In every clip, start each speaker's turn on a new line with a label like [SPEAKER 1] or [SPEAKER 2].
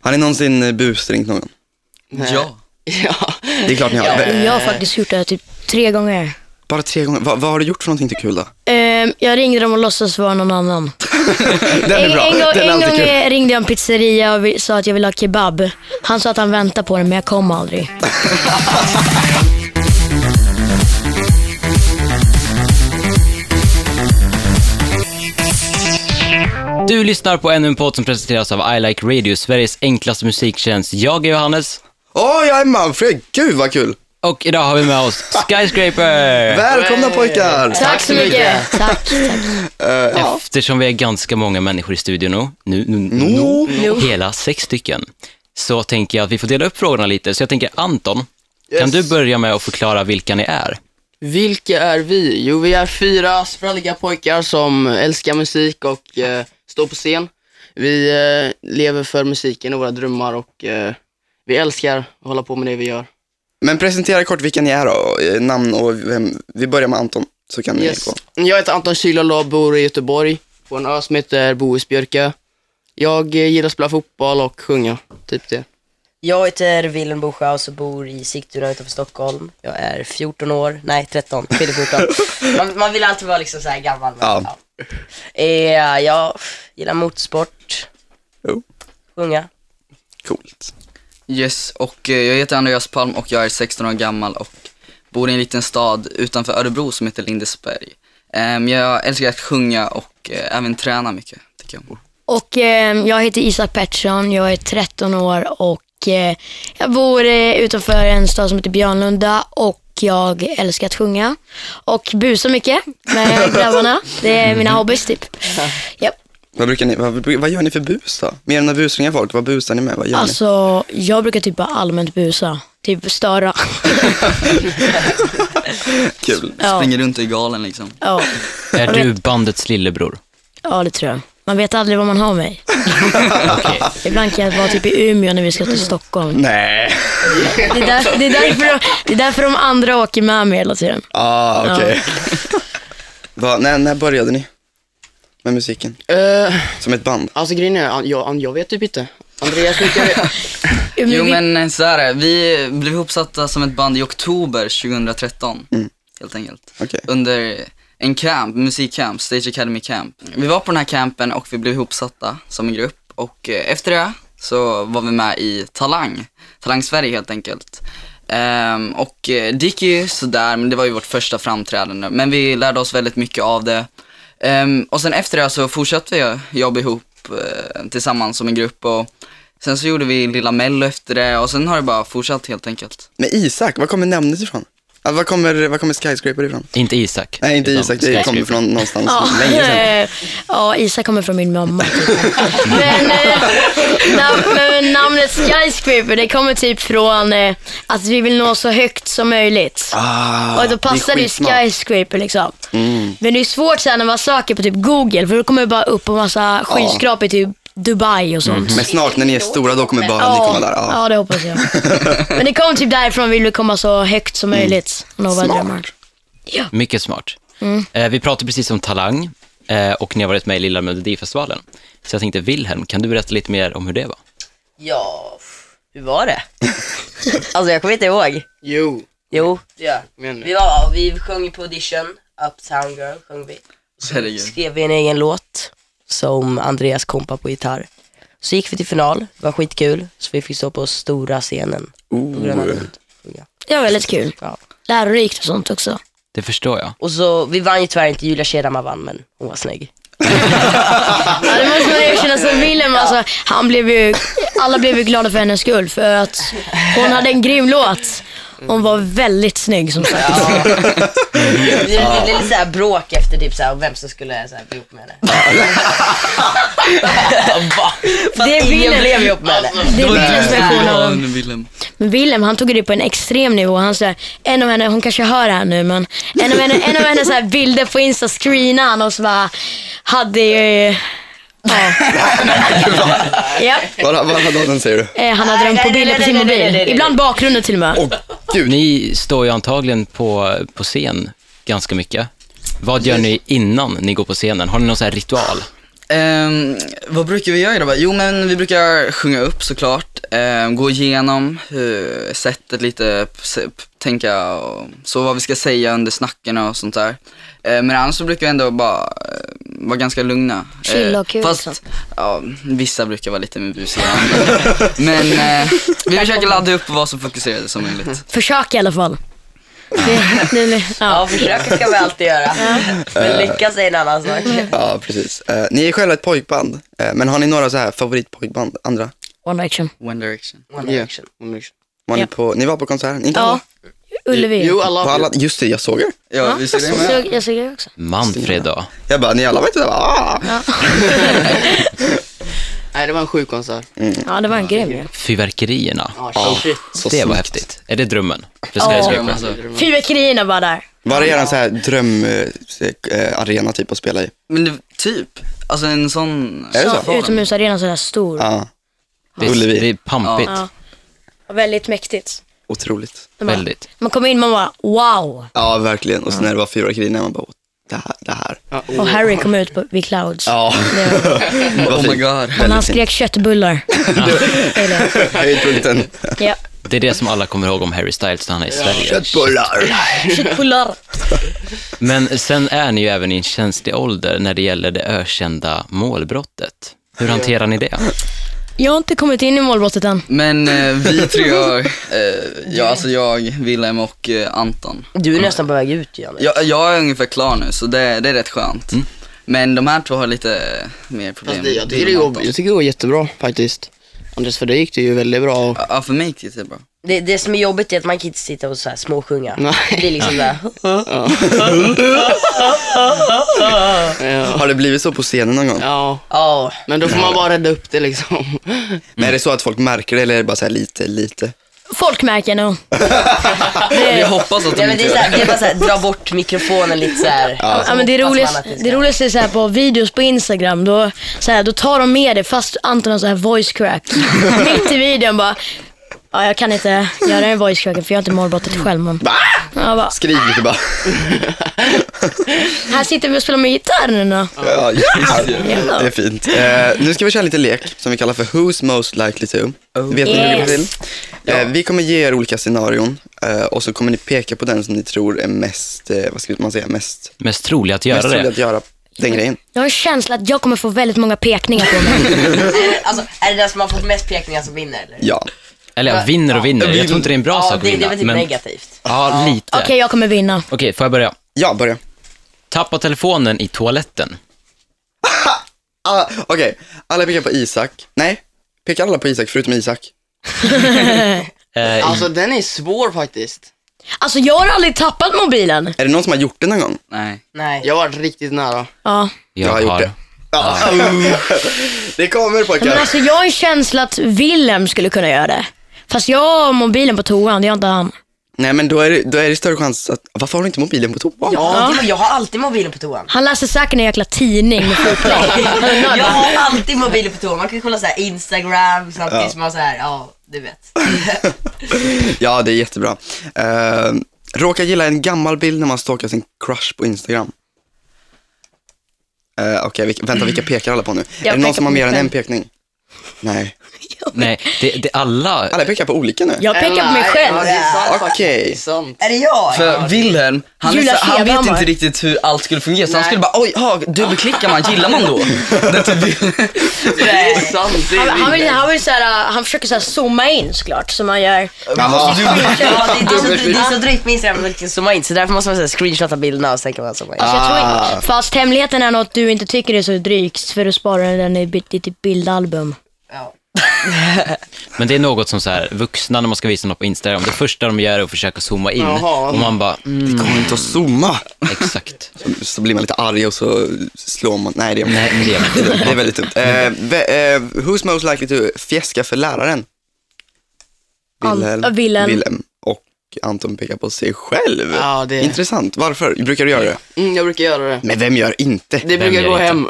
[SPEAKER 1] Har ni någonsin eh, busringt någon?
[SPEAKER 2] Nej.
[SPEAKER 3] Ja.
[SPEAKER 2] Ja.
[SPEAKER 1] Det är klart ni har.
[SPEAKER 2] Ja.
[SPEAKER 1] Vä-
[SPEAKER 4] Jag har faktiskt gjort det här typ tre gånger.
[SPEAKER 1] Bara tre gånger. Va, vad har du gjort för någonting till kul då?
[SPEAKER 4] Ehm, jag ringde dem och låtsades vara någon annan.
[SPEAKER 1] Den är
[SPEAKER 4] en,
[SPEAKER 1] bra.
[SPEAKER 4] en gång,
[SPEAKER 1] Den är
[SPEAKER 4] en
[SPEAKER 1] alltid
[SPEAKER 4] gång
[SPEAKER 1] kul.
[SPEAKER 4] eh, ringde jag en pizzeria och vi- sa att jag ville ha kebab. Han sa att han väntar på den men jag kom aldrig.
[SPEAKER 3] Du lyssnar på ännu en podd som presenteras av I Like Radio, Sveriges enklaste musiktjänst. Jag är Johannes
[SPEAKER 1] Åh, jag är Manfred. Gud vad kul.
[SPEAKER 3] och idag har vi med oss Skyscraper.
[SPEAKER 1] Välkomna pojkar.
[SPEAKER 4] Tack så mycket. Tack, tack.
[SPEAKER 3] Eftersom vi är ganska många människor i studion nu, nu, nu,
[SPEAKER 1] No.
[SPEAKER 3] nu hela sex stycken, så tänker jag att vi får dela upp frågorna lite. Så jag tänker Anton, kan
[SPEAKER 2] Yes.
[SPEAKER 3] du börja med att förklara vilka ni är?
[SPEAKER 2] Vilka är vi? Jo, vi är fyra spralliga pojkar som älskar musik och eh, står på scen. Vi eh, lever för musiken och våra drömmar och eh, vi älskar att hålla på med det vi gör.
[SPEAKER 1] Men presentera kort vilka ni är då, eh, namn och vem. Vi börjar med Anton, så kan ni
[SPEAKER 2] Yes.
[SPEAKER 1] gå.
[SPEAKER 2] Jag heter Anton Kylan och bor i Göteborg på en ö som heter Bohusbjörka. Jag eh, gillar att spela fotboll och sjunga, typ det.
[SPEAKER 5] Jag heter Willem Boschaus och bor i Sigtuna utanför Stockholm. Jag är 14 år, nej 13, fyller 14. Man, man vill alltid vara liksom så här gammal. Men,
[SPEAKER 1] Ja.
[SPEAKER 5] ja. Eh, jag gillar motorsport,
[SPEAKER 1] Jo,
[SPEAKER 5] sjunga.
[SPEAKER 1] coolt.
[SPEAKER 6] Yes, och eh, jag heter Andreas Palm och jag är 16 år gammal och bor i en liten stad utanför Örebro som heter Lindesberg. Ehm, jag älskar att sjunga och eh, även träna mycket, tycker jag.
[SPEAKER 4] Och eh, jag heter Isak Pettersson, jag är 13 år och eh, jag bor eh, utanför en stad som heter Björnlunda och jag älskar att sjunga och busa mycket med grabbarna. Det är
[SPEAKER 6] Mm.
[SPEAKER 4] mina hobbys typ. Japp.
[SPEAKER 1] Vad, brukar ni, vad, vad gör ni för bus då? Mer än att busringa folk, vad busar ni med? Vad gör ni?
[SPEAKER 4] Alltså, jag brukar typ bara allmänt busa. Typ störa.
[SPEAKER 1] Kul.
[SPEAKER 4] Ja,
[SPEAKER 6] Springer runt i galen liksom.
[SPEAKER 4] ja,
[SPEAKER 3] Är du bandets lillebror?
[SPEAKER 4] ja, det tror jag. Man vet aldrig vad man har mig. Ibland kan jag vara typ i Umeå när vi ska till
[SPEAKER 6] Mm.
[SPEAKER 4] Stockholm.
[SPEAKER 1] Nej.
[SPEAKER 4] Det är, där, det, är därför de, det är därför de andra åker med mig hela tiden.
[SPEAKER 1] Ah, okej. Va- när, när började ni med musiken?
[SPEAKER 2] Eh,
[SPEAKER 1] Som ett band?
[SPEAKER 2] alltså grejen är, an- jag, an- jag vet typ inte. Andreas brukar...
[SPEAKER 6] Jo
[SPEAKER 4] vi-
[SPEAKER 6] men eh, så här är det. vi blev ihopsatta som ett band i oktober 2013,
[SPEAKER 4] Mm.
[SPEAKER 6] helt enkelt.
[SPEAKER 1] Okej.
[SPEAKER 6] Under en camp, musikcamp, Stage Academy Camp. Vi var på den här campen och vi blev ihopsatta som en grupp och eh, efter det så var vi med i Talang, Talang Sverige helt enkelt. Ehm, och eh, det gick ju sådär, men det var ju vårt första framträdande. Men vi lärde oss väldigt mycket av det. Ehm, och sen efter det så fortsatte vi jobba ihop eh, tillsammans som en grupp och sen så gjorde vi Lilla Mello efter det och sen har det bara fortsatt helt enkelt.
[SPEAKER 1] Men Isak, var kommer namnet ifrån? Alltså, var, kommer, var kommer Skyscraper ifrån?
[SPEAKER 3] Inte Isak.
[SPEAKER 1] Nej, inte
[SPEAKER 3] utan
[SPEAKER 1] Isak, det kommer
[SPEAKER 3] Skyscraper.
[SPEAKER 1] från någonstans
[SPEAKER 4] Ja,
[SPEAKER 1] länge sedan.
[SPEAKER 4] eh, ja, Isa kommer från min mamma. typ. men, eh, nam- men namnet Skyscraper, det kommer typ från eh, att vi vill nå så högt som möjligt.
[SPEAKER 1] Ah,
[SPEAKER 4] och då passar det ju
[SPEAKER 1] skitsmart. Mm.
[SPEAKER 4] skyscraper liksom. Men det är svårt sen när man söker på typ google, för då kommer det bara upp en massa skyskrapor typ Dubai och sånt.
[SPEAKER 1] Mm, Men snart när ni är stora, då kommer bara ni komma där.
[SPEAKER 4] ja.
[SPEAKER 1] Ja.
[SPEAKER 4] det hoppas jag. Men det kom typ därifrån, vi vill komma så högt som möjligt. och nå våra drömmar.
[SPEAKER 1] Mm. Smart.
[SPEAKER 3] Mycket smart.
[SPEAKER 1] Mm.
[SPEAKER 3] Eh, vi pratade precis om Talang eh, och ni har varit med i Lilla Melodifestivalen. Så jag tänkte, Wilhelm, kan du berätta lite mer om hur det var?
[SPEAKER 5] Ja, pff, hur var det? alltså jag kommer inte ihåg.
[SPEAKER 2] jo,
[SPEAKER 5] Jo, ja.
[SPEAKER 2] men...
[SPEAKER 5] vi, var, vi sjöng på audition, Uptown Girl sjöng vi.
[SPEAKER 6] Herregud.
[SPEAKER 5] skrev vi en egen låt som Andreas kompa på gitarr. Så gick vi till final, det var skitkul, så vi fick stå på stora scenen. På Gröna Lund. Ja.
[SPEAKER 4] Det var väldigt kul.
[SPEAKER 5] Ja.
[SPEAKER 4] Lärorikt och sånt också.
[SPEAKER 3] Det förstår jag.
[SPEAKER 5] Och så, vi vann ju tyvärr inte, Julia Kedama vann men hon var snygg.
[SPEAKER 4] Ja, det måste man erkänna. Så Willem, alltså, han blev ju, alla blev ju glada för hennes skull för att hon hade en grym låt. Hon var väldigt snygg som sagt.
[SPEAKER 5] Det blev lite såhär bråk efter typ såhär, vem som skulle såhär, bli ihop med henne. Va? För att
[SPEAKER 4] Det är
[SPEAKER 5] ingen
[SPEAKER 4] Willem.
[SPEAKER 5] blev ihop med henne.
[SPEAKER 4] Det är Willems version av
[SPEAKER 6] Ja,
[SPEAKER 4] dem.
[SPEAKER 6] Willem.
[SPEAKER 4] Men Willem, han tog det på en extrem nivå. Han så här, en av henne, hon kanske hör det här nu, men en av henne, en av henne så här bilder på Insta screenade han och så bara, hade ju... Ja. ja.
[SPEAKER 1] Vad vad hade han, säger du?
[SPEAKER 4] eh, Han hade den på bilder på sin mobil. Ibland bakgrunden till och med.
[SPEAKER 1] Åh, gud.
[SPEAKER 3] Ni står ju antagligen på, på scen ganska mycket. Vad gör ni innan ni går på scenen? Har ni någon sån här ritual?
[SPEAKER 6] Ehm, vad brukar vi göra grabbar? Jo men vi brukar sjunga upp såklart, ehm, gå igenom hur, sättet lite, p- se- p- tänka och så vad vi ska säga under snacken och sånt där. Ehm, men annars så brukar vi ändå bara eh, vara ganska lugna.
[SPEAKER 4] Chilla och
[SPEAKER 6] Eh,
[SPEAKER 4] kul, liksom.
[SPEAKER 6] Fast, ja, vissa brukar vara lite mer busiga. men eh, vi försöker ladda upp och vara så fokuserade som
[SPEAKER 1] Mm.
[SPEAKER 6] möjligt.
[SPEAKER 4] Försök i alla fall. Det, det, det,
[SPEAKER 5] Ja,
[SPEAKER 4] ja.
[SPEAKER 5] försöka ska vi alltid göra. Men lyckas är en annan sak.
[SPEAKER 1] Ja, precis. Eh, ni är själva ett pojkband, eh, men har ni några så här favoritpojkband, andra?
[SPEAKER 4] One Direction.
[SPEAKER 6] One Direction.
[SPEAKER 5] One Direction.
[SPEAKER 2] Om ni-
[SPEAKER 1] Var
[SPEAKER 4] Ja.
[SPEAKER 1] ni, på, ni var på konserten? Inte
[SPEAKER 4] Ja.
[SPEAKER 1] alla?
[SPEAKER 4] Ullevi.
[SPEAKER 2] Jo,
[SPEAKER 1] På
[SPEAKER 2] alla.
[SPEAKER 1] alla? Just det, jag såg er.
[SPEAKER 6] Ja, vi ser det
[SPEAKER 4] jag
[SPEAKER 6] med.
[SPEAKER 4] såg- jag såg det också.
[SPEAKER 3] Manfred då?
[SPEAKER 1] Jag bara, ni alla var inte där? va? Ah.
[SPEAKER 2] Nej, det var en sjuk konsert.
[SPEAKER 4] Ja, det var en grym ju.
[SPEAKER 3] Fyrverkerierna.
[SPEAKER 2] Ja, Oh, shit.
[SPEAKER 1] Ah, Så
[SPEAKER 3] Oh, det var
[SPEAKER 1] snyggt.
[SPEAKER 3] häftigt. Är det drömmen? För skyskrapan?
[SPEAKER 6] Alltså.
[SPEAKER 4] Fyrverkerierna bara där.
[SPEAKER 1] Var det er så här drömarena typ att spela i?
[SPEAKER 6] Men det, typ, alltså en sån...
[SPEAKER 1] Är det så?
[SPEAKER 6] form.
[SPEAKER 4] Utomhusarena sådär stor.
[SPEAKER 1] Ja,
[SPEAKER 3] Det är,
[SPEAKER 1] Ullevi.
[SPEAKER 3] det är pampigt.
[SPEAKER 4] Ja. Väldigt mäktigt.
[SPEAKER 1] otroligt.
[SPEAKER 4] Man bara-
[SPEAKER 3] Väldigt.
[SPEAKER 4] Man kommer in man bara wow.
[SPEAKER 1] Ja, verkligen. Och sen när det var fyrverkerier, man bara, "Åh, det här. Det här.
[SPEAKER 4] Och Harry kom ut på, vid clouds.
[SPEAKER 1] Ja,
[SPEAKER 4] Det var,
[SPEAKER 1] vad
[SPEAKER 6] Oh my
[SPEAKER 1] fint.
[SPEAKER 6] god.
[SPEAKER 4] men han
[SPEAKER 1] Väldigt fint.
[SPEAKER 4] skrek köttbullar. Eller,
[SPEAKER 1] Höjdpunkten.
[SPEAKER 4] ja.
[SPEAKER 3] Det är det som alla kommer ihåg om Harry Styles när han är i Sverige.
[SPEAKER 1] Köttbullar.
[SPEAKER 4] Köttbullar.
[SPEAKER 3] Men sen är ni ju även i en känslig ålder när det gäller det ökända målbrottet. Hur hanterar ni det?
[SPEAKER 4] Jag har inte kommit in i målbrottet än.
[SPEAKER 6] Men eh, vi tre har, eh, ja, alltså jag, Wilhelm och eh, Anton.
[SPEAKER 5] Du är nästan på väg ut igen.
[SPEAKER 6] Jag, jag är ungefär klar nu så det, det är rätt skönt. Men de här två har lite mer problem.
[SPEAKER 2] Fast det, jag tycker det
[SPEAKER 6] Wilhelm och
[SPEAKER 2] går,
[SPEAKER 6] Anton.
[SPEAKER 2] jag tycker det går jättebra faktiskt. Anders, för dig gick det ju väldigt bra. Och,
[SPEAKER 6] Ja, för mig gick det jättebra.
[SPEAKER 5] Det, det som är jobbigt är att man kan inte sitta och så här småsjunga.
[SPEAKER 2] Nej.
[SPEAKER 5] Det är liksom där.
[SPEAKER 2] ja.
[SPEAKER 1] Har det blivit så på scenen någon gång?
[SPEAKER 2] ja,
[SPEAKER 5] Ja,
[SPEAKER 2] men då får man bara rädda upp det liksom.
[SPEAKER 1] Men är det så att folk märker det eller är det bara så här lite, lite?
[SPEAKER 4] Folk märker nog.
[SPEAKER 6] Jag
[SPEAKER 4] Det,
[SPEAKER 6] hoppas att
[SPEAKER 5] Nej,
[SPEAKER 6] de
[SPEAKER 5] men
[SPEAKER 6] inte
[SPEAKER 5] det, är
[SPEAKER 6] gör
[SPEAKER 5] så här,
[SPEAKER 6] det.
[SPEAKER 5] det är bara såhär, dra bort mikrofonen lite såhär.
[SPEAKER 4] ja, men det roligaste det roligaste är så här på videos på Instagram, då, så här, då tar de med det fast Anton har så här voice crack. Mitt i videon bara, ja, jag kan inte göra en voice crack för jag har inte målbrottet själv. Men, ja, bara,
[SPEAKER 1] Skrik lite bara.
[SPEAKER 4] här sitter vi och spelar med gitarrerna.
[SPEAKER 1] Ja, ja.
[SPEAKER 4] Ja.
[SPEAKER 1] Det är fint. Eh, nu ska vi köra en liten lek som vi kallar för Who's most likely to. Vet ni hur det går
[SPEAKER 4] Yes.
[SPEAKER 1] till? Eh, vi kommer ge er olika scenarion eh, och så kommer ni peka på den som ni tror är mest, eh, vad ska man säga, mest,
[SPEAKER 3] Mest troligt
[SPEAKER 1] mest
[SPEAKER 3] att göra
[SPEAKER 1] trolig
[SPEAKER 3] det.
[SPEAKER 1] att göra den grejen.
[SPEAKER 4] Jag har en känsla att jag kommer få väldigt många pekningar på mig.
[SPEAKER 5] Alltså, är det den som har fått mest pekningar som vinner eller?
[SPEAKER 1] Ja.
[SPEAKER 3] Eller ja, vinner och vinner. Jag tror inte det är en bra
[SPEAKER 5] ja,
[SPEAKER 3] sak att
[SPEAKER 5] det, det är
[SPEAKER 3] vinna.
[SPEAKER 5] väl typ
[SPEAKER 3] Men,
[SPEAKER 5] negativt.
[SPEAKER 3] ja, lite.
[SPEAKER 4] Okej,
[SPEAKER 3] Okej,
[SPEAKER 4] jag kommer vinna.
[SPEAKER 3] får jag börja?
[SPEAKER 1] Ja, börja.
[SPEAKER 3] Tappa telefonen i toaletten.
[SPEAKER 1] Ah, Okej, alla pekar på Isak. Nej, pekar alla på Isak förutom Isak?
[SPEAKER 3] Eh,
[SPEAKER 2] Alltså den är svår faktiskt.
[SPEAKER 4] Alltså jag har aldrig tappat mobilen.
[SPEAKER 1] Är det någon som har gjort det någon gång?
[SPEAKER 6] Nej.
[SPEAKER 5] Nej.
[SPEAKER 2] Jag har varit riktigt nära.
[SPEAKER 4] Ja.
[SPEAKER 1] har
[SPEAKER 3] jag
[SPEAKER 1] gjort
[SPEAKER 3] har.
[SPEAKER 1] det. Ja. Ah. det kommer
[SPEAKER 4] Men
[SPEAKER 1] pojkar.
[SPEAKER 4] alltså jag har en känsla att Willem skulle kunna göra det. Fast jag har mobilen på toan, det har inte han.
[SPEAKER 1] Nej men då är, det, då är det större chans att, varför har du inte mobilen på toan?
[SPEAKER 5] Ja, det var, jag har alltid mobilen på toan.
[SPEAKER 4] Han läser säkert en jäkla tidning med fotboll.
[SPEAKER 5] Jag har alltid mobilen på toan. Man kan kolla såhär Instagram samtidigt som man såhär, ja du vet.
[SPEAKER 1] Ja, det är jättebra. Uh, råkar gilla en gammal bild när man stalkar sin crush på Instagram. Eh, Okej, vilka- vänta, vilka pekar alla på nu?
[SPEAKER 4] Mm. Jag
[SPEAKER 1] är det någon
[SPEAKER 4] pekar
[SPEAKER 1] som har
[SPEAKER 4] på
[SPEAKER 1] mer än
[SPEAKER 4] mig
[SPEAKER 1] en
[SPEAKER 4] själv.
[SPEAKER 1] pekning? Nej.
[SPEAKER 3] Nej, det, det alla...
[SPEAKER 1] Alla pekar på olika nu?
[SPEAKER 4] Jag pekar på
[SPEAKER 2] Ja, det
[SPEAKER 4] mig själv.
[SPEAKER 2] är sant faktiskt.
[SPEAKER 1] Okej.
[SPEAKER 2] Det är sant.
[SPEAKER 5] Är det jag?
[SPEAKER 6] För Wilhelm, han, är
[SPEAKER 4] Julia
[SPEAKER 6] så, han vet
[SPEAKER 4] Fredhammar.
[SPEAKER 6] inte riktigt hur allt skulle fungera så han
[SPEAKER 2] Nej.
[SPEAKER 6] skulle bara oj, ha, dubbelklickar man, gillar man då?
[SPEAKER 2] Det är sant. Det
[SPEAKER 4] Han,
[SPEAKER 2] är
[SPEAKER 4] han,
[SPEAKER 2] riktigt.
[SPEAKER 4] vill, han, vill så här, han försöker så här zooma in såklart, som man gör.
[SPEAKER 1] Jaha.
[SPEAKER 5] Ja, det, det, är så, Alltså, det är så drygt med Instagram, man kan zooma in. Så därför måste man såhär screenshotta bilderna och sen kan man zooma in.
[SPEAKER 4] Jag tror, fast hemligheten är något du inte tycker är så drygt, för du sparar den i bi- ditt bildalbum.
[SPEAKER 3] Men det är något som så här, vuxna när man ska visa något på Instagram, det första de gör är att försöka zooma in.
[SPEAKER 2] Jaha.
[SPEAKER 3] Och man bara, mm,
[SPEAKER 1] Det kommer inte att zooma.
[SPEAKER 3] exakt.
[SPEAKER 1] Så, så blir man lite arg och så slår man. Nej, det är,
[SPEAKER 3] Nej, men det är
[SPEAKER 1] Det är väldigt dumt. Eh, ve- eh, who's most likely to fjäska för läraren?
[SPEAKER 4] Ant- ja, Wilhelm.
[SPEAKER 1] Wilhelm. Och Anton pekar på sig själv.
[SPEAKER 2] Ja, det-
[SPEAKER 1] Intressant. Varför? Brukar du göra det?
[SPEAKER 2] Mm, jag brukar göra det.
[SPEAKER 1] Men vem gör inte?
[SPEAKER 2] Det brukar
[SPEAKER 3] gör
[SPEAKER 2] gå
[SPEAKER 3] inte?
[SPEAKER 2] hem.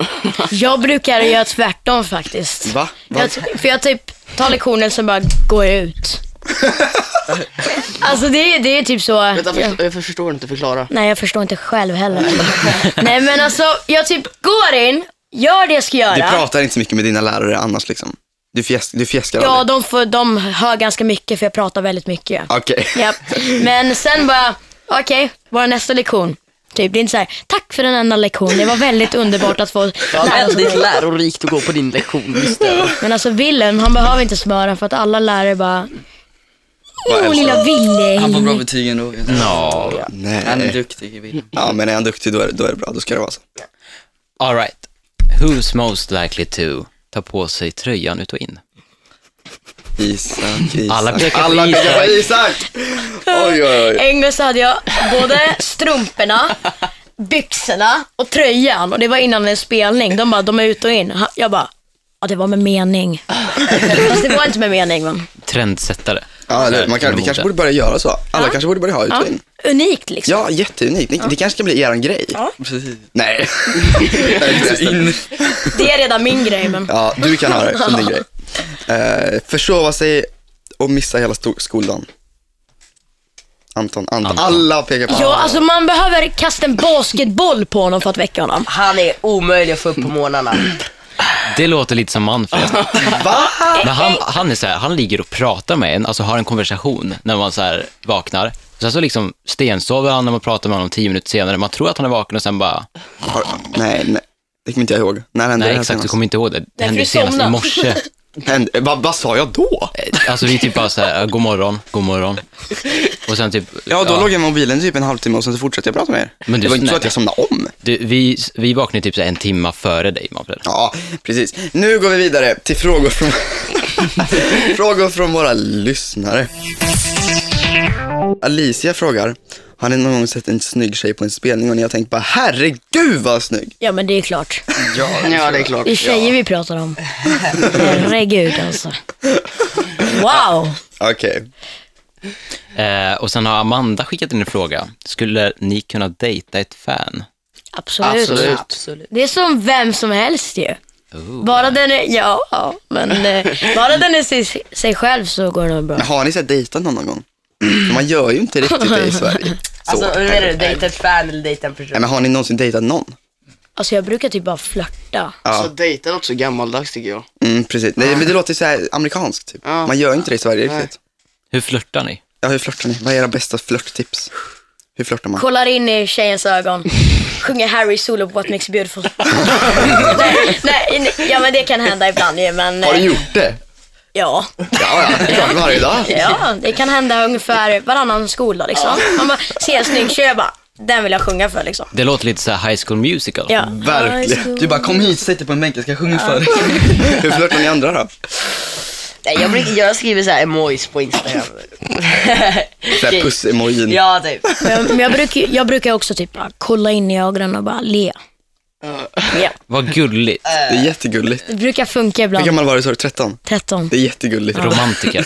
[SPEAKER 4] Jag brukar göra tvärtom faktiskt.
[SPEAKER 1] Va? Va?
[SPEAKER 4] Jag, för jag typ tar lektioner som bara går jag ut. alltså det, är- det är typ så.
[SPEAKER 2] Vänta,
[SPEAKER 4] jag,
[SPEAKER 2] först- jag förstår inte, förklara.
[SPEAKER 4] nej jag förstår inte själv heller. nej men alltså jag typ går in Gör det jag ska göra.
[SPEAKER 1] Du pratar inte så mycket med dina lärare annars liksom? Du, fjäsk, du fjäskar
[SPEAKER 4] Ja,
[SPEAKER 1] aldrig?
[SPEAKER 4] de, får, de hör ganska mycket för jag pratar väldigt mycket.
[SPEAKER 1] Okej.
[SPEAKER 4] Japp. Men sen bara, okej, vad är nästa lektion? Typ, det är inte så här, tack för den enda lektionen, det var väldigt underbart att få
[SPEAKER 5] Ja,
[SPEAKER 4] lära sig.
[SPEAKER 5] väldigt lärorikt att gå på din lektion, visst är det.
[SPEAKER 4] Men alltså Willem, han behöver inte smöra för att alla lärare bara,
[SPEAKER 1] Vad
[SPEAKER 4] åh
[SPEAKER 1] älskar-
[SPEAKER 4] lilla
[SPEAKER 6] Han får bra
[SPEAKER 4] Willem.
[SPEAKER 6] betyg ändå.
[SPEAKER 3] Ja.
[SPEAKER 6] Han är
[SPEAKER 1] Nej.
[SPEAKER 6] duktig i bild.
[SPEAKER 1] Ja, men är han duktig då är, då är det bra. Då ska det vara så.
[SPEAKER 3] All right. Who's most likely to ta på sig tröjan ut och in?
[SPEAKER 1] Isak, Isak.
[SPEAKER 3] Alla pekar på
[SPEAKER 1] Alla
[SPEAKER 3] Isak.
[SPEAKER 1] pekar på Isak. Oj, oj, oj.
[SPEAKER 4] En gång så hade jag både strumporna, byxorna och tröjan och det var innan en spelning. De bara, de är ut och in. Ha- Jag bara, ja det var med mening. Fast det var inte med mening men.
[SPEAKER 3] Trendsättare.
[SPEAKER 1] Ja, eller, hur? man kan,
[SPEAKER 3] Inom
[SPEAKER 1] vi kanske
[SPEAKER 3] mode.
[SPEAKER 1] borde börja göra så. Alla kanske borde börja ha ut
[SPEAKER 4] Ja.
[SPEAKER 1] och in.
[SPEAKER 4] Unikt liksom.
[SPEAKER 1] Ja, jätteunikt. Ni, Det kanske kan bli er grej.
[SPEAKER 6] Precis.
[SPEAKER 1] Nej. Nej, förresten.
[SPEAKER 4] Det är redan min grej men.
[SPEAKER 1] ja, du kan ha det som din grej. Eh, försova sig och missa hela sto- skoldagen. Anton, Anton,
[SPEAKER 3] Anton.
[SPEAKER 1] Alla pekar på
[SPEAKER 4] Ja, alltså man behöver kasta en basketboll på honom för att väcka honom.
[SPEAKER 5] Han är omöjlig att få upp på morgnarna.
[SPEAKER 3] Det låter lite som Manfred.
[SPEAKER 1] Va?
[SPEAKER 3] Men han, han är så här, han ligger och pratar med en, alltså har en konversation när man så här vaknar. Sen så liksom stensover han när man pratar med honom tio minuter senare. Man tror att han är vaken och sen bara,
[SPEAKER 1] Har- Nej, nej. Det kommer inte jag ihåg. När hände
[SPEAKER 3] nej
[SPEAKER 1] det här
[SPEAKER 3] exakt, du
[SPEAKER 1] senast?
[SPEAKER 3] kommer inte ihåg det. Det hände
[SPEAKER 4] för
[SPEAKER 3] ju
[SPEAKER 4] du
[SPEAKER 3] senast i
[SPEAKER 4] somnade.
[SPEAKER 3] morse.
[SPEAKER 1] Hände, vad, vad sa jag då?
[SPEAKER 3] Alltså vi typ bara så här, god morgon, god morgon. Och sen typ,
[SPEAKER 1] Ja, då låg jag med mobilen typ en halvtimme och sen så fortsatte jag prata med er.
[SPEAKER 3] Men du-
[SPEAKER 1] det var inte så
[SPEAKER 3] nej.
[SPEAKER 1] att jag somnade om.
[SPEAKER 3] du, vi, vi vaknade typ så här en timma före dig Manfred.
[SPEAKER 1] Ja, precis. Nu går vi vidare till frågor från, frågor från våra lyssnare. Alicia frågar, har ni någon gång sett en snygg tjej på en spelning och ni har tänkt bara herregud vad snygg?
[SPEAKER 4] Ja men det är klart.
[SPEAKER 2] Ja, det är klart.
[SPEAKER 4] Det är tjejer vi pratar om. Herregud alltså. Wow.
[SPEAKER 1] Okej.
[SPEAKER 3] Eh, och sen har Amanda skickat in en fråga. Skulle ni kunna dejta ett fan?
[SPEAKER 4] Absolut.
[SPEAKER 2] Absolut.
[SPEAKER 5] Absolut.
[SPEAKER 4] Det är som vem som helst ju.
[SPEAKER 3] Oh.
[SPEAKER 4] Bara den är, ja, ja, men eh, bara den är sig, sig själv så går det nog bra.
[SPEAKER 1] Men har ni sett dejtat någon någon gång? Man gör ju inte riktigt det i Sverige. Så.
[SPEAKER 5] Alltså, hur menar du? Dejta ett fan eller dejta en person?
[SPEAKER 1] Nej, men har ni någonsin dejtat någon?
[SPEAKER 4] Alltså jag brukar typ bara flörta.
[SPEAKER 2] Alltså dejta är något så gammaldags tycker jag.
[SPEAKER 1] Mm, precis. Nej, men det låter ju så här amerikanskt typ.
[SPEAKER 2] Ja.
[SPEAKER 1] Man gör ju inte det i Sverige
[SPEAKER 2] Nej.
[SPEAKER 1] riktigt.
[SPEAKER 3] Hur flörtar ni?
[SPEAKER 1] Ja, hur flörtar ni? Vad är era bästa flörttips? Hur flörtar man?
[SPEAKER 4] Kollar in i tjejens ögon, sjunger Harry solo på What Makes You Beautiful. nej, nej, ja men det kan hända ibland ju, men
[SPEAKER 1] Har du
[SPEAKER 4] eh,
[SPEAKER 1] gjort det?
[SPEAKER 4] ja.
[SPEAKER 1] Ja, ja, det är klart varje dag.
[SPEAKER 4] Ja, det kan hända ungefär varannan skola liksom. Man bara ser en snygg tjej och bara, den vill jag sjunga för liksom.
[SPEAKER 3] Det låter lite så här high school musical.
[SPEAKER 4] Ja.
[SPEAKER 1] Verkligen.
[SPEAKER 6] Du bara kom hit, sätt dig på en bänk, jag ska sjunga för dig.
[SPEAKER 1] Hur flörtar ni andra då?
[SPEAKER 5] Nej, jag, brukar, jag skriver så här emojis på Instagram.
[SPEAKER 1] Såhär puss-emojin.
[SPEAKER 5] ja, typ.
[SPEAKER 4] Men men jag brukar, jag brukar också typ bara kolla in i ögonen och bara le. Ja,
[SPEAKER 3] Vad gulligt.
[SPEAKER 1] Det är jättegulligt.
[SPEAKER 4] det brukar funka
[SPEAKER 1] Hur
[SPEAKER 4] ibland.
[SPEAKER 1] gammal var du sa du? 13?
[SPEAKER 4] 13.
[SPEAKER 1] Det är jättegulligt.
[SPEAKER 3] Romantiker.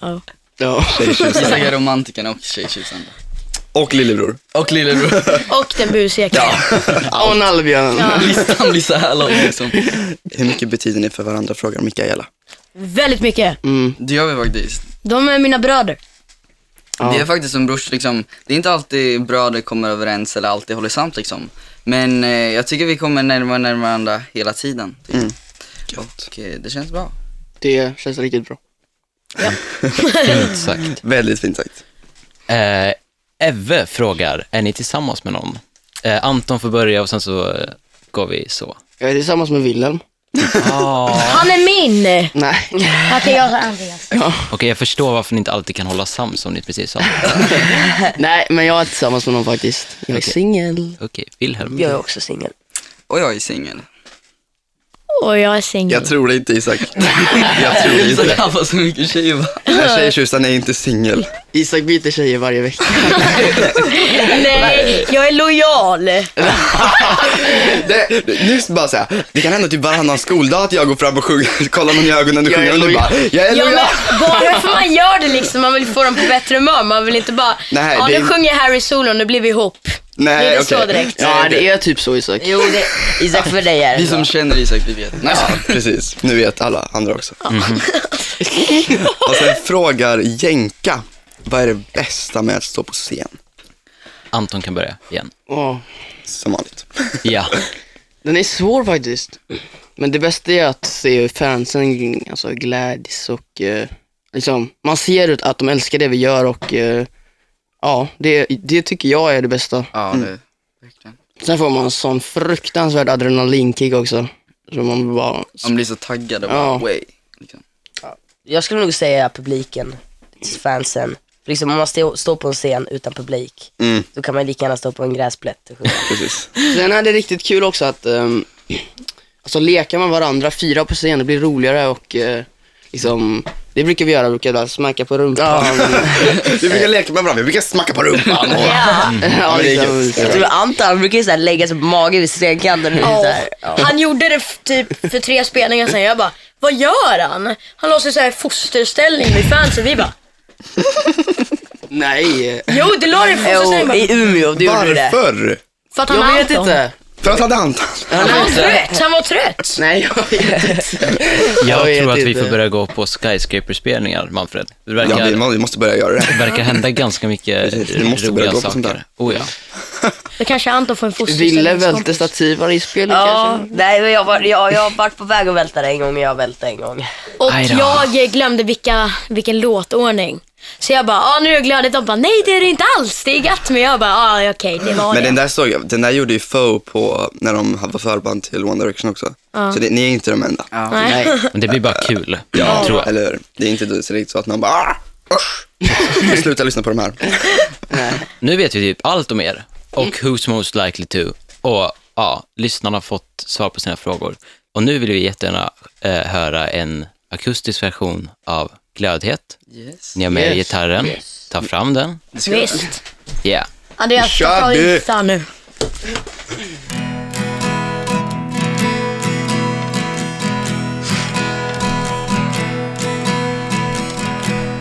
[SPEAKER 4] Ja.
[SPEAKER 2] Ja.
[SPEAKER 6] Isak är romantikerna och tjejtjusaren.
[SPEAKER 1] Och lillebror.
[SPEAKER 6] Och lillebror.
[SPEAKER 4] Och den busiga killen.
[SPEAKER 2] Och nallebjörnen.
[SPEAKER 6] Listan blir så här lång liksom.
[SPEAKER 1] Hur mycket betyder ni för varandra? Frågar Mikaela.
[SPEAKER 4] Väldigt mycket.
[SPEAKER 2] Mm.
[SPEAKER 6] Det gör vi faktiskt.
[SPEAKER 4] De är mina bröder.
[SPEAKER 2] Ja.
[SPEAKER 6] Vi är faktiskt som brors liksom, det är inte alltid bröder kommer överens eller alltid håller samt liksom. Men eh, jag tycker vi kommer närmare och närmare varandra hela tiden. Typ.
[SPEAKER 1] Mm.
[SPEAKER 6] Och eh, det känns bra.
[SPEAKER 2] Det känns riktigt bra.
[SPEAKER 3] Fint sagt.
[SPEAKER 1] Väldigt fint sagt.
[SPEAKER 3] Eh, Eve frågar, är ni tillsammans med någon? Eh, Anton får börja och sen så eh, går vi så.
[SPEAKER 2] Jag är tillsammans med Wilhelm.
[SPEAKER 4] Han är min!
[SPEAKER 2] Nej.
[SPEAKER 4] Här kan jag ta Andreas.
[SPEAKER 3] Okej, jag förstår varför ni inte alltid kan hålla sams som ni precis sa.
[SPEAKER 2] Nej, men jag är tillsammans med någon faktiskt. Jag är
[SPEAKER 3] Okej.
[SPEAKER 2] singel.
[SPEAKER 3] Okej, Wilhelm.
[SPEAKER 5] Jag är också singel.
[SPEAKER 6] Och jag är singel.
[SPEAKER 4] Och jag är singel.
[SPEAKER 1] Jag tror det inte Isak. Jag tror det
[SPEAKER 6] Isak
[SPEAKER 1] inte.
[SPEAKER 6] han får så mycket tjejer va?
[SPEAKER 1] Den här tjejtjusaren är inte singel.
[SPEAKER 2] Isak byter tjejer varje vecka.
[SPEAKER 4] Nej, jag är lojal.
[SPEAKER 1] Det- Nyss bara såhär, det kan hända typ varannan skoldag att jag går fram och sjunger, kollar någon i ögonen och
[SPEAKER 2] Jag
[SPEAKER 1] sjunger
[SPEAKER 2] är
[SPEAKER 1] och du
[SPEAKER 2] lojal.
[SPEAKER 1] bara, jag är
[SPEAKER 4] Ja,
[SPEAKER 1] lojal.
[SPEAKER 4] men bara för man gör det liksom, man vill få dem på bättre humör. Man vill inte bara,
[SPEAKER 1] Nej,
[SPEAKER 4] ja
[SPEAKER 1] det
[SPEAKER 4] nu
[SPEAKER 1] är-
[SPEAKER 4] sjunger Harry solon, nu blir vi ihop.
[SPEAKER 1] Nej,
[SPEAKER 4] det är inte så
[SPEAKER 1] okej.
[SPEAKER 4] direkt.
[SPEAKER 2] Ja, det är typ så Isak.
[SPEAKER 5] Jo, det, Isak för dig är
[SPEAKER 6] Vi
[SPEAKER 5] det
[SPEAKER 6] som
[SPEAKER 5] så.
[SPEAKER 6] känner Isak vi vet. Nej,
[SPEAKER 1] Ja, precis. Nu vet alla andra också. Mhm. Och sen frågar Jenka, vad är det bästa med att stå på scen?
[SPEAKER 3] Anton kan börja igen.
[SPEAKER 2] Åh.
[SPEAKER 1] Som vanligt.
[SPEAKER 3] Ja.
[SPEAKER 2] Den är svår faktiskt. Men det bästa är att se hur fansen alltså, gläds och eh, liksom, man ser ut att de älskar det vi gör och eh, ja, det, det tycker jag är det bästa.
[SPEAKER 6] Ja, det, verkligen.
[SPEAKER 2] Sen får man en sån fruktansvärd adrenalinkick också. Så man bara,
[SPEAKER 6] Man blir så taggad och bara,
[SPEAKER 2] Ja.
[SPEAKER 6] way. Liksom.
[SPEAKER 5] Jag skulle nog säga publiken, fansen. För Liksom om man stå- står på en scen utan publik,
[SPEAKER 1] Mm.
[SPEAKER 5] då kan man lika gärna stå på en gräsplätt och sjunga.
[SPEAKER 1] Precis.
[SPEAKER 2] Sen är det riktigt kul också att um, alltså leka med varandra, fira på scen, det blir roligare och eh, liksom, det brukar vi göra, brukar vi smacka på rumpan.
[SPEAKER 1] Vi brukar leka med varandra, vi brukar smacka på rumpan. Och...
[SPEAKER 2] ja,
[SPEAKER 1] men det är
[SPEAKER 2] liksom,
[SPEAKER 1] gött.
[SPEAKER 5] Jag tror Anton han brukar ju såhär lägga sig på magen vid scenkanten och
[SPEAKER 4] Ja.
[SPEAKER 5] så här.
[SPEAKER 4] Han gjorde det f- typ för tre spelningar sen. Jag bara, vad gör han? Han låser så här i fosterställning med fansen. Vi bara,
[SPEAKER 2] nej.
[SPEAKER 4] jo du la dig i fosterställning.
[SPEAKER 5] Jo,
[SPEAKER 4] Bara,
[SPEAKER 5] i Umeå, du gjorde du det.
[SPEAKER 1] Varför?
[SPEAKER 4] för att han
[SPEAKER 2] Jag
[SPEAKER 4] var
[SPEAKER 2] vet
[SPEAKER 4] Anton.
[SPEAKER 2] inte.
[SPEAKER 1] För att han hade Anton.
[SPEAKER 4] Han var trött. Han var trött.
[SPEAKER 2] Nej, jag vet inte.
[SPEAKER 3] Jag
[SPEAKER 2] vet
[SPEAKER 3] tror att vi
[SPEAKER 2] inte.
[SPEAKER 3] får börja gå på skyscraper-spelningar, Manfred. Det
[SPEAKER 1] typ, eh, Ja,
[SPEAKER 3] verkar,
[SPEAKER 1] vi, må- vi måste börja göra det.
[SPEAKER 3] verkar hända ganska mycket
[SPEAKER 1] Precis, vi måste börja
[SPEAKER 3] roliga
[SPEAKER 1] gå på sånt där.
[SPEAKER 3] saker. Oh, ja.
[SPEAKER 4] Då kanske Anton får en fosterställning.
[SPEAKER 2] Ville välte stativ, var det i spel
[SPEAKER 5] Ja,
[SPEAKER 2] kanske?
[SPEAKER 5] nej men jag var, jag, jag har varit på väg att välta det en gång och jag välte en gång.
[SPEAKER 4] Och
[SPEAKER 3] Aj då.
[SPEAKER 4] jag eh, glömde vilka, vilken låtordning. Så jag bara, ah, nu är det gladigt. De bara, nej det är det inte alls. Det är gatt. Men jag bara, ah, okej det var
[SPEAKER 1] Men den
[SPEAKER 4] det.
[SPEAKER 1] där, såg jag, den där gjorde ju Foe på, när de var förband till One Direction också. Så det, ni är inte de enda.
[SPEAKER 6] Ja.
[SPEAKER 2] Nej.
[SPEAKER 3] Men det blir bara kul, tror jag.
[SPEAKER 1] Eller hur? Det är inte direkt så att man bara, "Ah, usch, Jag slutar lyssna på de här.
[SPEAKER 3] Nu vet vi typ allt om er och who's most likely to. Och ja, lyssnarna har fått svar på sina frågor. Och nu vill vi jättegärna eh, höra en akustisk version av Glödhet.
[SPEAKER 6] Yes.
[SPEAKER 3] Ni har med er
[SPEAKER 2] Yes.
[SPEAKER 3] gitarren. Ta fram den.
[SPEAKER 4] Visst.
[SPEAKER 3] Yeah.
[SPEAKER 4] Andreas, ta
[SPEAKER 1] Kör
[SPEAKER 4] tag
[SPEAKER 1] du.
[SPEAKER 4] i gitarren nu.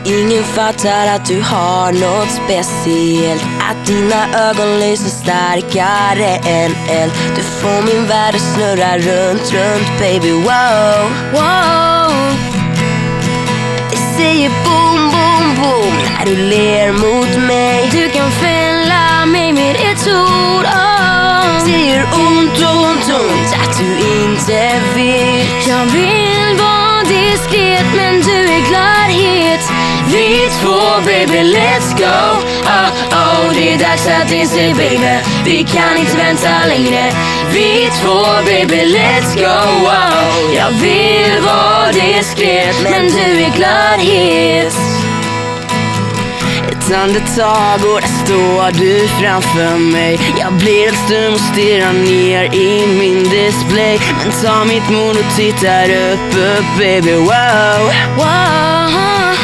[SPEAKER 5] Ingen fattar att du har något speciellt Att dina ögon lyser starkare än eld Du får min värld att snurra runt, runt baby wow
[SPEAKER 4] Wow.
[SPEAKER 5] Det säger boom, boom, boom när du ler mot mig
[SPEAKER 4] Du kan fälla mig med ett ord.
[SPEAKER 5] Det
[SPEAKER 4] Oh.
[SPEAKER 5] Säger ont, ont, ont att du inte vill
[SPEAKER 4] Jag vill vara diskret men du är klarhet Vi två baby let's go oh, oh. Det är dags att inse baby Vi kan inte vänta längre Vi två baby let's go oh. Jag vill vara diskret men du är klarhet
[SPEAKER 2] Ett andetag och där står du framför mig Jag blir helt stum och stirrar ner i min display Men ta mitt mod och tittar upp, upp baby wow
[SPEAKER 4] Wow,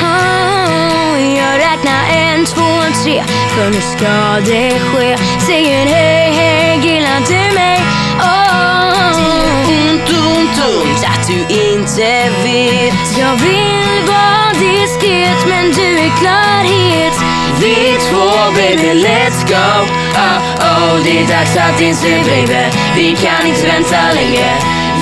[SPEAKER 4] Ah, jag räknar en, två, tre För nu ska det ske Säger hej, hej, gillar du mig? Oh.
[SPEAKER 5] Ont, ont, ont att du inte vill
[SPEAKER 4] Jag vill vara diskret men du är klarhet Vi två baby let's go oh, oh. Det är dags att inse baby Vi kan inte vänta längre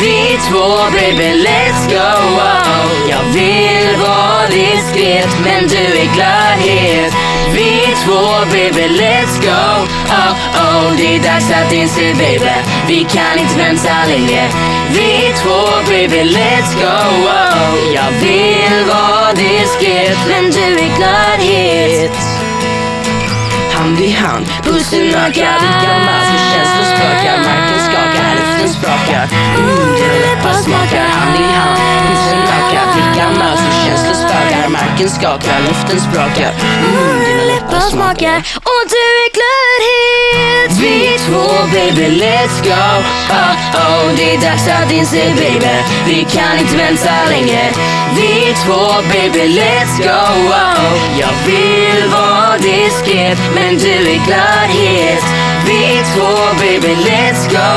[SPEAKER 4] Vi två baby let's go oh. Jag vill vara diskret men du är klarhet Vi två baby let's go oh, oh. Det är dags att inse baby Vi kan inte vänta längre Vi två baby let's go oh. Jag vill vara diskret men du är klarhet
[SPEAKER 5] Hand i hand, pulsen ökar Lika mask, känslor spökar Marken skakar, luften sprakar Mm, dina läppar smakar Hand i hand, pulsen ökar Lika mask, känslor spökar Marken skakar, luften sprakar Mm, dina läppar
[SPEAKER 4] läppar
[SPEAKER 5] smakar
[SPEAKER 4] smakar och du är klarhet Vi två baby let's go oh, oh. Det är dags att inse baby Vi kan inte vänta längre Vi två baby let's go oh. Jag vill vara diskret men du är klarhet Vi två baby let's go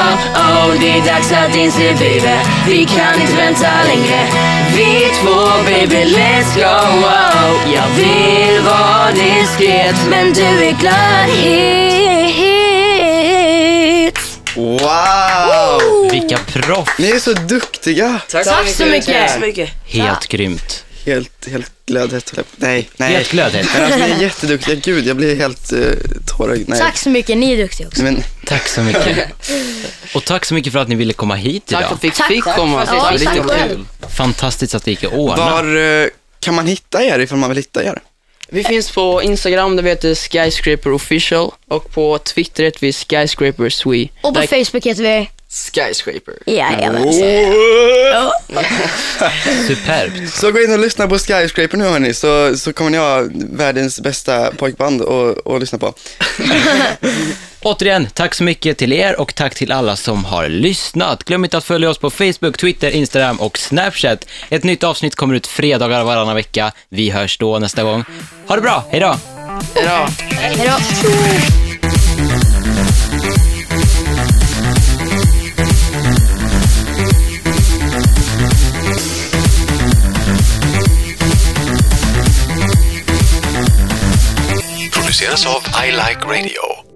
[SPEAKER 4] oh, oh. Det är dags att inse baby Vi kan inte vänta längre Vi två baby let's go oh. Jag vill vara diskret men du är klarhet
[SPEAKER 1] Wow!
[SPEAKER 3] Vilka proff!
[SPEAKER 1] Ni är så duktiga.
[SPEAKER 4] Tack så mycket!
[SPEAKER 5] mycket.
[SPEAKER 3] Helt grymt.
[SPEAKER 1] helt, helt glödhet. höll jag på- Nej, nej.
[SPEAKER 3] Helt glödhet.
[SPEAKER 1] Men alltså, ni är jätteduktiga. Gud, jag blir helt uh, tårögd. Nej.
[SPEAKER 4] Tack så mycket, ni är duktiga också.
[SPEAKER 1] Men,
[SPEAKER 3] Tack så mycket. Och tack så mycket för att ni ville komma hit
[SPEAKER 2] Tack för
[SPEAKER 3] idag.
[SPEAKER 2] att vi
[SPEAKER 4] Tack.
[SPEAKER 2] fick komma.
[SPEAKER 4] Ja,
[SPEAKER 2] Tack.
[SPEAKER 4] tack själv.
[SPEAKER 3] Fantastiskt att det gick att ordna.
[SPEAKER 1] var eh, kan man hitta er ifall man vill hitta er?
[SPEAKER 2] Vi finns på Instagram där vi heter Skyscraper Official och på Twitter heter vi Skyscraper Swe.
[SPEAKER 4] Och på
[SPEAKER 2] Där-
[SPEAKER 4] Facebook heter vi...
[SPEAKER 2] Skyscraper.
[SPEAKER 4] Jajamän.
[SPEAKER 3] Superbt.
[SPEAKER 1] Så gå in och lyssna på Skyscraper nu hörni, så, så kommer ni ha världens bästa pojkband att att lyssna på.
[SPEAKER 3] Återigen, tack så mycket till er och tack till alla som har lyssnat. Glöm inte att följa oss på Facebook, Twitter, Instagram och Snapchat. Ett nytt avsnitt kommer ut fredagar varannan vecka. Vi hörs då nästa gång. Ha det bra, hej då!
[SPEAKER 2] Hejdå.
[SPEAKER 4] Hejdå.
[SPEAKER 7] produceras av I Like Radio.